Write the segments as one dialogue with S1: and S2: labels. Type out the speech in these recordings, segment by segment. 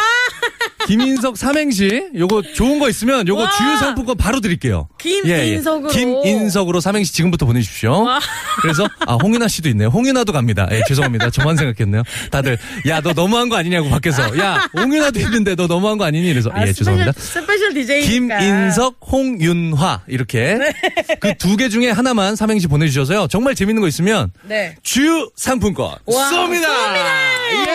S1: 김인석 삼행시 요거 좋은 거 있으면 요거
S2: 와!
S1: 주유 상품권 바로 드릴게요. 예,
S2: 김인석으로.
S1: 김인석으로 삼행시 지금부터 보내주십시오. 그래서 아 홍윤아 씨도 있네요. 홍윤아도 갑니다. 예, 죄송합니다. 저만 생각했네요. 다들 야 너 너무한 거 아니냐고 밖에서 야 홍윤아도 있는데 너 너무한 거 아니니? 이래서
S2: 아,
S1: 예 죄송합니다.
S2: 스페셜, 스페셜 DJ니까. 네.
S1: 김인석, 홍윤화 이렇게 그 두 개 중에 하나만 삼행시 보내주셔서요. 정말 재밌는 거 있으면
S2: 네.
S1: 주유 상품권
S2: 와,
S1: 쏩니다. 예.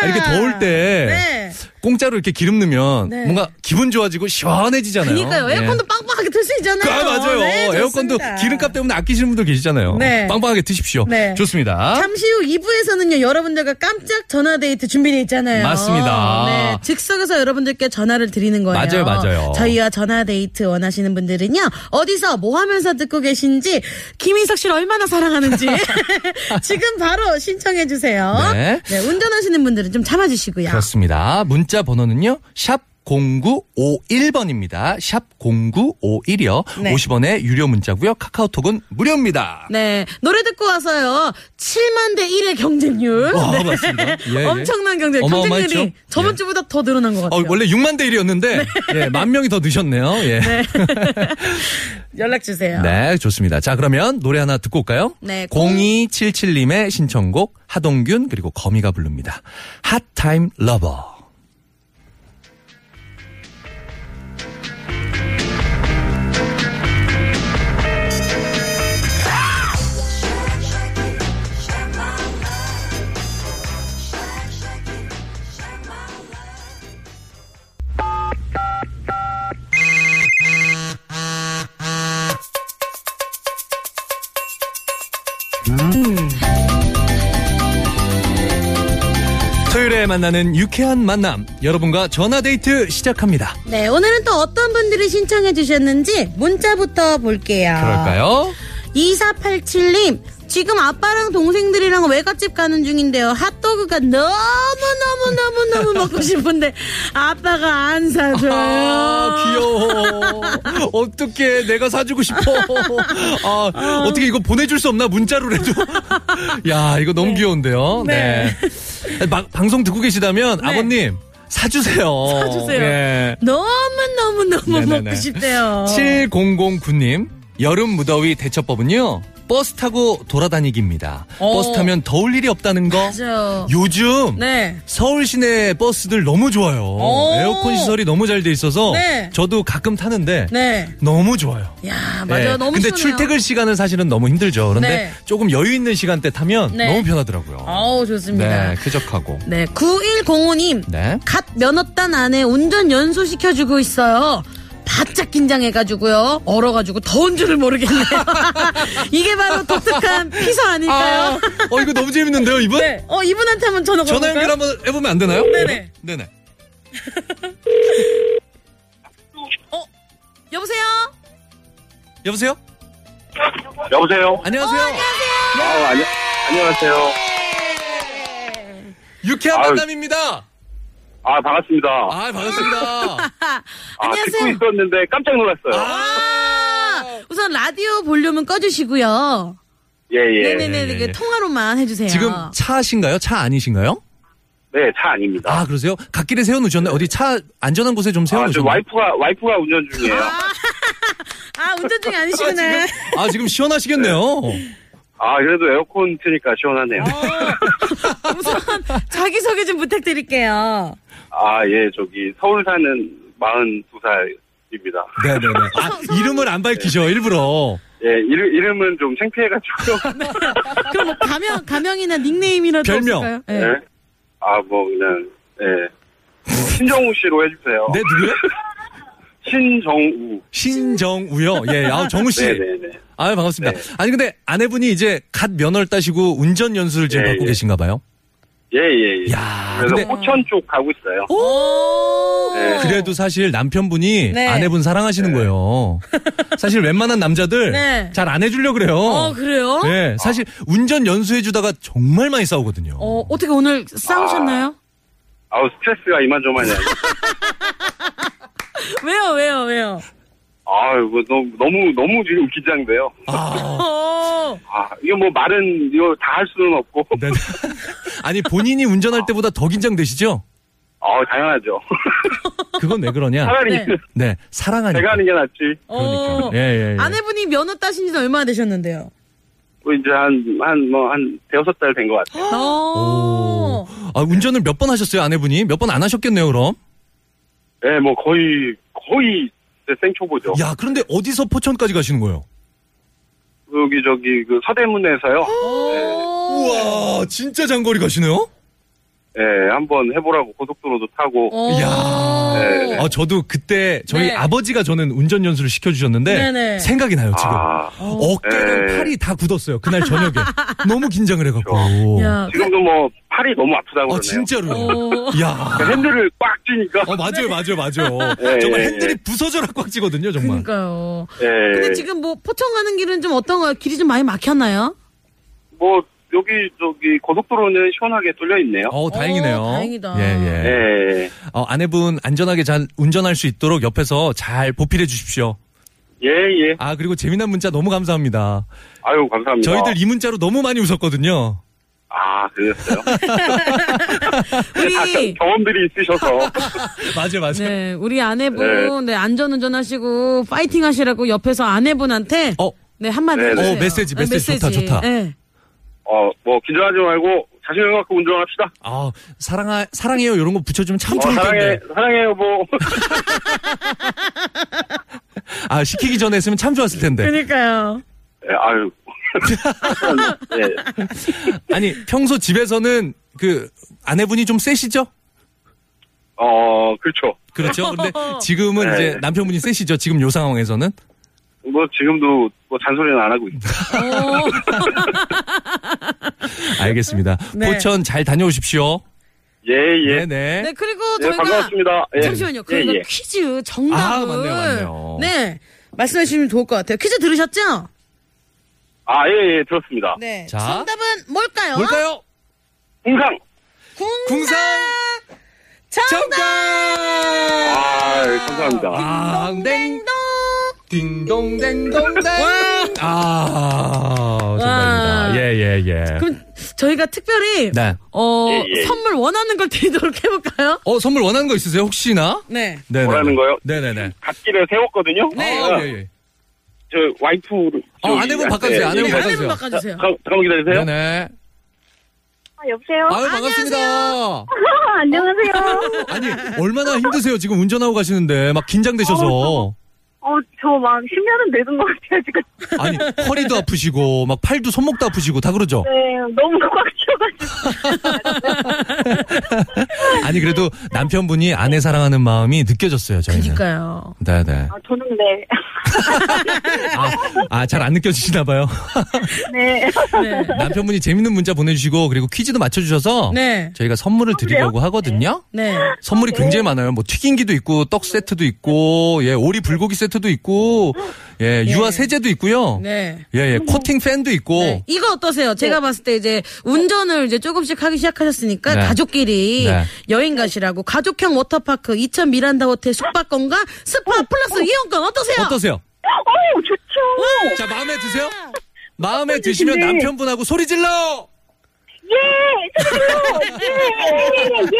S1: 아, 이렇게 더울 때
S2: 네.
S1: 공짜로 이렇게 기름 넣으면
S2: 네.
S1: 뭔가 기분 좋아지고 시원해지잖아요.
S2: 그러니까요. 에어컨도
S1: 예.
S2: 빵빵하게 틀 수 있잖아요.
S1: 아, 맞아요.
S2: 네, 좋습니다.
S1: 에어컨도 기름값 때문에 아끼시는 분들 계시잖아요.
S2: 네.
S1: 빵빵하게 드십시오.
S2: 네.
S1: 좋습니다.
S2: 잠시 후 2부에서는요, 여러분들과 깜짝 전화데이트 준비되어 있잖아요.
S1: 맞습니다.
S2: 네, 즉석에서 여러분들께 전화를 드리는 거예요.
S1: 맞아요, 맞아요.
S2: 저희와 전화데이트 원하시는 분들은요, 어디서 뭐 하면서 듣고 계신지, 김인석 씨를 얼마나 사랑하는지, 지금 바로 신청해주세요.
S1: 네.
S2: 운전하시는 분들은 좀 참아주시고요.
S1: 그렇습니다. 문자 번호는요. 샵 0951번입니다. 샵 0951이요.
S2: 네.
S1: 50원의 유료 문자고요. 카카오톡은 무료입니다.
S2: 네, 노래 듣고 와서요, 7만 대 1의 경쟁률.
S1: 어,
S2: 네.
S1: 맞습니다. 예, 예.
S2: 엄청난 경쟁률.
S1: 어마어마했죠?
S2: 경쟁률이 저번
S1: 예.
S2: 주보다 더 늘어난 것
S1: 어,
S2: 같아요.
S1: 원래 6만 대 1이었는데 예, 만 명이 더 늦었네요. 예. 네.
S2: 연락주세요.
S1: 좋습니다. 자, 그러면 노래 하나 듣고 올까요?
S2: 네, 공-
S1: 0277님의 신청곡 하동균 그리고 거미가 부릅니다. 핫타임 러버. 토요일에 만나는 유쾌한 만남. 여러분과 전화 데이트 시작합니다.
S2: 네, 오늘은 또 어떤 분들이 신청해 주셨는지 문자부터
S1: 아.
S2: 볼게요.
S1: 그럴까요?
S2: 2487님, 지금 아빠랑 동생들이랑 외갓집 가는 중인데요. 핫도그가 너무너무너무너무 먹고 싶은데 아빠가 안 사줘요.
S1: 아, 귀여워. 어떻게 내가 사주고 싶어. 아, 어떻게 이거 보내줄 수 없나 문자로라도. 야, 이거 너무 귀여운데요. 네. 막- 방송 듣고 계시다면 아버님 사주세요.
S2: 네. 사주세요.
S1: 예.
S2: 너무너무너무
S1: 네네네.
S2: 먹고 싶대요.
S1: 7009님 여름 무더위 대처법은요. 버스 타고 돌아다니기입니다.
S2: 어.
S1: 버스 타면 더울 일이 없다는 거.
S2: 맞아요.
S1: 요즘
S2: 네.
S1: 서울 시내 버스들 너무 좋아요.
S2: 오.
S1: 에어컨 시설이 너무 잘 돼 있어서
S2: 네.
S1: 저도 가끔 타는데
S2: 네.
S1: 너무 좋아요.
S2: 야, 맞아요.
S1: 예.
S2: 너무
S1: 근데
S2: 시원해요.
S1: 출퇴근 시간은 사실은 너무 힘들죠. 그런데
S2: 네.
S1: 조금 여유 있는 시간대 타면
S2: 네.
S1: 너무 편하더라고요.
S2: 어우, 좋습니다.
S1: 네, 쾌적하고.
S2: 네. 9105님,
S1: 네.
S2: 갓 면허딴 안에 운전 연소시켜주고 있어요. 바짝 긴장해가지고요. 얼어가지고 더운 줄을 모르겠네요. 이게 바로 독특한 피서 아닐까요?
S1: 아, 어 이거 너무 재밌는데요, 이분?
S2: 네. 어, 이분한테 한번 전화
S1: 전화 연결
S2: 걸어볼까요?
S1: 한번 해보면 안 되나요?
S2: 네네.
S1: 네네.
S2: 여보세요?
S1: 여보세요?
S3: 여보세요?
S1: 안녕하세요.
S2: 어,
S3: 아, 아니, 안녕하세요.
S1: 네. 유쾌한
S3: 아유.
S1: 만남입니다.
S3: 아, 반갑습니다. 아,
S1: 아, 반갑습니다.
S3: 듣고
S2: 아, 안녕하세요.
S3: 있었는데 깜짝 놀랐어요.
S2: 아, 우선 라디오 볼륨은 꺼주시고요.
S3: 예, 예.
S2: 네네네.
S1: 예, 예, 예.
S2: 그 통화로만 해주세요.
S1: 지금 차신가요? 차 아니신가요?
S3: 네, 차 아닙니다.
S1: 아, 그러세요? 갓길에 세워놓으셨나요? 어디 차 안전한 곳에 좀
S3: 아, 저
S1: 세워놓으셨나요?
S3: 와이프가, 와이프가 운전 중이에요.
S2: 아, 운전 중에 아니시구나.
S1: 아, 지금 시원하시겠네요.
S3: 아, 그래도 에어컨 트니까 시원하네요.
S2: 우선 자기소개 좀 부탁드릴게요.
S3: 아, 예, 저기, 서울 사는 42살입니다.
S1: 네네네.
S2: 어,
S1: 아, 이름을 안 밝히죠, 일부러.
S3: 예, 이름, 이름은 좀 창피해가지고요.
S2: 그럼 뭐 가명, 가명이나 닉네임이라도
S1: 별명.
S2: 없을까요? 네.
S3: 예. 아, 뭐, 그냥, 예. 신정우 씨로 해주세요.
S1: 네, 누구요?
S3: 신정우.
S1: 신정우요. 예, 아, 정우씨.
S3: 네네네.
S1: 아유, 반갑습니다.
S3: 네.
S1: 아니, 근데 아내분이 이제 갓 면허를 따시고 운전 연수를 지금
S3: 예,
S1: 받고
S3: 예.
S1: 계신가 봐요.
S3: 예, 예, 예.
S1: 야,
S3: 그래서
S1: 근데-
S3: 포천 쪽 가고 있어요.
S2: 오!
S3: 네.
S1: 그래도 사실 남편분이
S2: 어. 네.
S1: 아내분 사랑하시는 거예요. 사실 웬만한 남자들
S2: 네.
S1: 잘 안 해주려고 그래요.
S2: 어, 그래요?
S1: 네, 사실 운전 연수해주다가 정말 많이 싸우거든요.
S2: 어, 어떻게 오늘 싸우셨나요?
S3: 아우, 스트레스가 이만저만이야.
S1: 아.
S2: 왜요, 왜요, 왜요?
S3: 아유, 뭐, 너무, 너무, 너무 지금 긴장돼요.
S1: 아,
S2: 어,
S3: 아, 이거 뭐 말은, 이거 다 할 수는 없고.
S1: 네. 아니 본인이 운전할 때보다 더 긴장되시죠?
S3: 아, 당연하죠.
S1: 그건 왜 그러냐?
S3: 차라리
S2: 네.
S1: 네, 사랑하니까.
S3: 아, 제가 하는 게 낫지.
S2: 어.
S1: 예, 예, 예.
S2: 아내분이 면허 따신 지는 얼마나 되셨는데요?
S3: 뭐 이제 한, 한, 뭐, 한, 대여섯 달 된 것 같아요.
S2: 어.
S1: 아, 운전을 몇 번 하셨어요, 아내분이? 몇 번 안 하셨겠네요, 그럼?
S3: 예, 뭐, 거의, 거의, 이제 생초보죠.
S1: 야, 그런데 어디서 포천까지 가시는 거예요?
S3: 여기, 저기, 그, 서대문에서요.
S2: 어? 오.
S1: 우와, 진짜 장거리 가시네요?
S3: 예, 한번 해보라고 고속도로도 타고.
S2: 오.
S1: 이야.
S3: 네.
S1: 아, 저도 그때 저희
S2: 어. 네.
S1: 아버지가 저는 운전 연수를 시켜주셨는데
S2: 네네.
S1: 생각이 나요, 지금.
S3: 아,
S1: 어깨랑
S3: 네.
S1: 팔이 다 굳었어요, 그날 저녁에. 너무 긴장을 해갖고.
S2: 야, 어.
S3: 지금도 뭐, 팔이 너무 아프다고
S1: 아,
S3: 그러네요.
S1: 진짜로요.
S2: 오.
S1: 야.
S3: 그 핸들을 꽉 쥐니까.
S1: 어, 맞아요, 맞아요, 맞아요.
S3: 네,
S1: 정말
S3: 네,
S1: 핸들이
S3: 네.
S1: 부서져라 꽉 찌거든요, 정말. 네.
S2: 그러니까요.
S3: 예.
S2: 근데 지금 뭐 포천 가는 길은 좀 어떤가요? 길이 좀 많이 막혔나요?
S3: 뭐, 여기, 저기, 고속도로는 시원하게 뚫려있네요.
S1: 어, 다행이네요.
S2: 어, 다행이다.
S1: 예, 예.
S3: 예.
S1: 어, 아내분 안전하게 잘 운전할 수 있도록 옆에서 잘 보필해 주십시오.
S3: 예, 예.
S1: 아, 그리고 재미난 문자 너무 감사합니다.
S3: 아유, 감사합니다.
S1: 저희들 이 문자로 너무 많이 웃었거든요.
S3: 아, 그랬어요?
S1: 아,
S2: 우리
S3: 경험들이 있으셔서.
S1: 맞아요, 맞아요.
S2: 네, 우리 아내분 네, 안전 운전하시고 파이팅 하시라고 옆에서 아내분한테
S1: 어,
S2: 네, 한마디
S3: 네,
S2: 해
S3: 네.
S2: 주세요.
S1: 어, 메시지, 메시지 좋다, 좋다.
S2: 네.
S3: 어, 뭐, 긴장하지 말고, 자신감 갖고 운전합시다.
S1: 아, 사랑하, 사랑해요. 이런 거 붙여주면 참
S3: 어,
S1: 좋을
S3: 사랑해,
S1: 텐데.
S3: 사랑해, 여보.
S1: 아, 시키기 전에 했으면 참 좋았을 텐데.
S2: 그러니까요.
S3: 예, 아유. 예.
S1: 아니, 평소 집에서는 그 아내분이 좀 세시죠?
S3: 어, 그렇죠.
S1: 그렇죠. 근데 지금은
S3: 네.
S1: 이제 남편분이 세시죠. 지금 요 상황에서는.
S3: 뭐, 지금도, 뭐, 잔소리는 안 하고 있죠.
S1: 알겠습니다.
S2: 네.
S1: 포천 잘 다녀오십시오.
S3: 예, 예.
S1: 네네. 어,
S2: 네, 그리고
S3: 예,
S2: 저희가
S3: 반갑습니다. 예.
S2: 잠시만요.
S3: 예,
S2: 그러면
S3: 예.
S2: 퀴즈 정답을
S1: 아, 맞네요, 맞네요.
S2: 네. 말씀해 주시면 좋을 것 같아요. 퀴즈 들으셨죠?
S3: 아, 예, 예, 들었습니다.
S2: 네.
S1: 자.
S2: 정답은 뭘까요?
S1: 뭘까요?
S3: 공상!
S2: 궁
S1: 궁상
S2: 정답.
S1: 정답!
S3: 아, 예, 감사합니다.
S1: 앙댕 딩동댕동댕 아 정말입니다 예예예
S2: 그럼 저희가 특별히
S1: 네.
S2: 어,
S3: 예, 예.
S2: 선물 원하는 걸 드리도록 해 볼까요?
S1: 어 선물 원하는 거 있으세요 혹시나
S2: 네.
S1: 네네
S3: 뭐라는 거요?
S1: 네네네
S3: 갓길에 세웠거든요.
S1: 아,
S3: 네.
S1: 예, 예.
S3: 저 와이프를. 예,
S1: 어, 아내분 바꿔주세요, 아내분
S2: 네,
S1: 바꿔주세요.
S2: 아내분 바꿔주세요.
S3: 잠깐, 잠깐만 기다리세요.
S1: 네네
S4: 아, 여보세요?
S1: 아유 반갑습니다
S4: 안녕하세요.
S1: 아니 얼마나 힘드세요 지금 운전하고 가시는데 막 긴장되셔서
S4: 어, 저 막 10년은 늙은 것 같아요, 지금.
S1: 아니 허리도 아프시고 막 팔도 손목도 아프시고 다 그러죠
S4: 네, 너무 꽉 쥐어가지고.
S1: 아니 그래도 남편분이 아내 사랑하는 마음이 느껴졌어요 저희는
S2: 그러니까요.
S1: 네네
S4: 아, 네. 저는 네.
S1: 아 잘 안 느껴지시나 봐요
S4: 네.
S2: 네.
S1: 남편분이 재밌는 문자 보내주시고 그리고 퀴즈도 맞춰주셔서
S2: 네.
S1: 저희가 선물을 드리려고 하거든요.
S2: 네.
S1: 선물이 굉장히 많아요. 뭐 튀김기도 있고 떡 세트도 있고 예 오리 불고기 세트도 있고 예 유아 세제도 있고요.
S2: 네.
S1: 예예 코팅 팬도 있고
S2: 네. 이거 어떠세요? 제가 봤을 때 이제 운전을 이제 조금씩 하기 시작하셨으니까
S1: 네.
S2: 가족끼리
S1: 네.
S2: 여행 가시라고 가족형 워터파크 2000 미란다 호텔 숙박권과 스파 플러스 이용권 어떠세요?
S1: 어떠세요?
S4: 어우, 좋죠.
S1: 자 마음에 드세요? 마음에 드시면 남편분하고 소리 질러.
S4: 예, 좋죠. 예, 예, 예.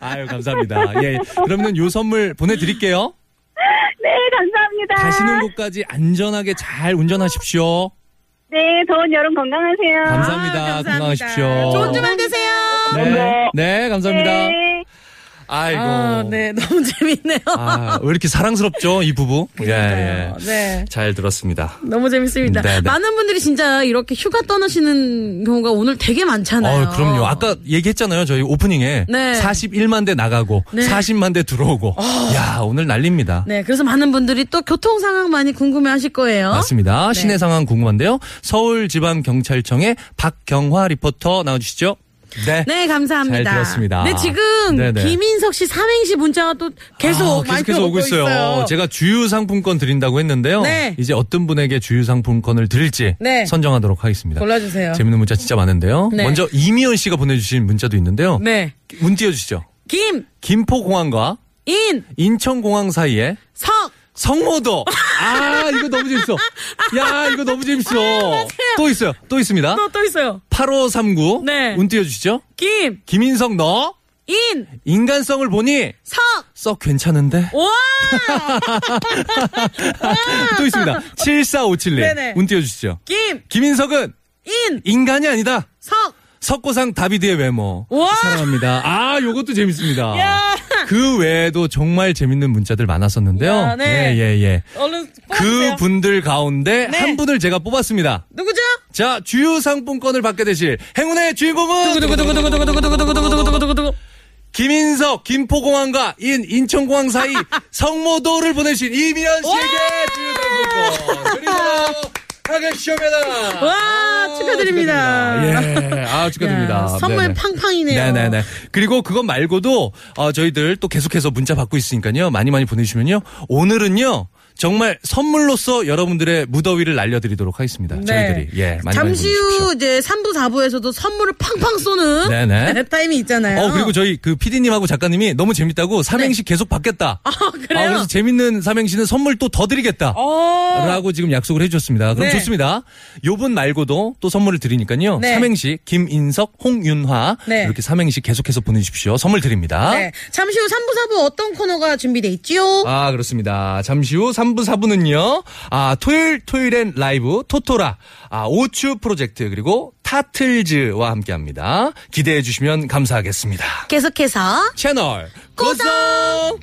S1: 아유 감사합니다. 예 그러면 요 선물 보내드릴게요.
S4: 네, 감사합니다.
S1: 가시는 곳까지 안전하게 잘 운전하십시오.
S4: 네, 더운 여름 건강하세요.
S1: 감사합니다.
S2: 아, 감사합니다.
S1: 건강하십시오.
S2: 좋은 주말 되세요.
S1: 네, 네, 감사합니다.
S4: 네.
S1: 아이고.
S2: 아, 네, 너무 재밌네요.
S1: 아, 왜 이렇게 사랑스럽죠, 이 부부? 예, 예.
S2: 네.
S1: 잘 들었습니다.
S2: 너무 재밌습니다.
S1: 네, 네.
S2: 많은 분들이 진짜 이렇게 휴가 떠나시는 경우가 오늘 되게 많잖아요.
S1: 어, 그럼요. 아까 얘기했잖아요. 저희 오프닝에
S2: 네.
S1: 41만 대 나가고
S2: 네. 아.
S1: 40만 대 들어오고. 야, 오늘 난립니다.
S2: 네, 그래서 많은 분들이 또 교통 상황 많이 궁금해 하실 거예요.
S1: 맞습니다.
S2: 네.
S1: 시내 상황 궁금한데요. 서울 지방 경찰청의 박경화 리포터 나와 주시죠. 네.
S2: 네, 감사합니다.
S1: 잘 들었습니다.
S2: 네, 지금
S1: 네네.
S2: 김인석 씨 삼행시 문자가 또 계속
S1: 아,
S2: 많이
S1: 계속해서 오고 있어요. 제가 주유 상품권 드린다고 했는데요.
S2: 네.
S1: 이제 어떤 분에게 주유 상품권을 드릴지
S2: 네.
S1: 선정하도록 하겠습니다.
S2: 골라주세요.
S1: 재밌는 문자 진짜 많은데요.
S2: 네.
S1: 먼저 이미연 씨가 보내주신 문자도 있는데요.
S2: 네.
S1: 문 띄워주시죠.
S2: 김,
S1: 김포공항과
S2: 인,
S1: 인천공항 사이에
S2: 석.
S1: 성모도. 아 이거 너무 재밌어. 야 이거 너무 재밌어. 또 있어요. 또 있습니다.
S2: 아, 또, 또 있어요.
S1: 8539.
S2: 네.
S1: 운 띄워주시죠.
S2: 김,
S1: 김인성 너
S2: 인,
S1: 인간성을 보니
S2: 석.
S1: 썩 괜찮은데.
S2: 와!
S1: 또 있습니다. 7457님.
S2: 네네.
S1: 운 띄워주시죠.
S2: 김,
S1: 김인석은
S2: 인,
S1: 인간이 아니다.
S2: 석.
S1: 석고상 다비드의 외모.
S2: 와!
S1: 사랑합니다. 아, 요것도 재밌습니다.
S2: 야!
S1: 그 외에도 정말 재밌는 문자들 많았었는데요.
S2: 야, 네.
S1: 예, 예, 예.
S2: 얼른
S1: 그
S2: 뽑아주세요.
S1: 분들 가운데
S2: 네.
S1: 한 분을 제가 뽑았습니다.
S2: 누구죠?
S1: 자, 주요 상품권을 받게 되실 행운의 주인공은
S2: 두구두구두구두구두구두구두구두구두구두구.
S1: 김인석, 김포공항과 인, 인천공항 사이 성모도를 보내신 이미연 씨에게 주요 상품권 그리고 하객쇼메다 아,
S2: 와, 축하드립니다.
S1: 예, 아 축하드립니다.
S2: 야, 선물
S1: 네네.
S2: 팡팡이네요.
S1: 네네네. 그리고 그것 말고도 어, 저희들 또 계속해서 문자 받고 있으니까요. 많이 많이 보내주시면요. 오늘은요. 정말 선물로서 여러분들의 무더위를 날려드리도록 하겠습니다. 저희들이. 예, 많이
S2: 네. 잠시
S1: 많이 보내주십시오.
S2: 후 이제 3부 4부에서도 선물을 팡팡 쏘는
S1: 네네.
S2: 타임이 있잖아요.
S1: 어, 그리고 저희 그 PD님하고 작가님이 너무
S2: 네.
S1: 재밌다고 삼행시 계속 받겠다. 아,
S2: 그래요?
S1: 그래서 재밌는 삼행시는 선물 또 더 드리겠다.
S2: 어,
S1: 라고 지금 약속을 해주셨습니다. 그럼
S2: 네.
S1: 좋습니다. 요분 말고도 또 선물을 드리니까요.
S2: 네.
S1: 삼행시 김인석, 홍윤화
S2: 네.
S1: 이렇게 삼행시 계속해서 보내주십시오. 선물 드립니다.
S2: 네. 잠시 후 3부 4부 어떤 코너가 준비돼 있지요?
S1: 아 그렇습니다. 잠시 후 3부 4부는요. 아 토요일 토요일엔 라이브 토토라 아 오추 프로젝트 그리고 타틀즈와 함께합니다. 기대해 주시면 감사하겠습니다.
S2: 계속해서
S1: 채널 고정.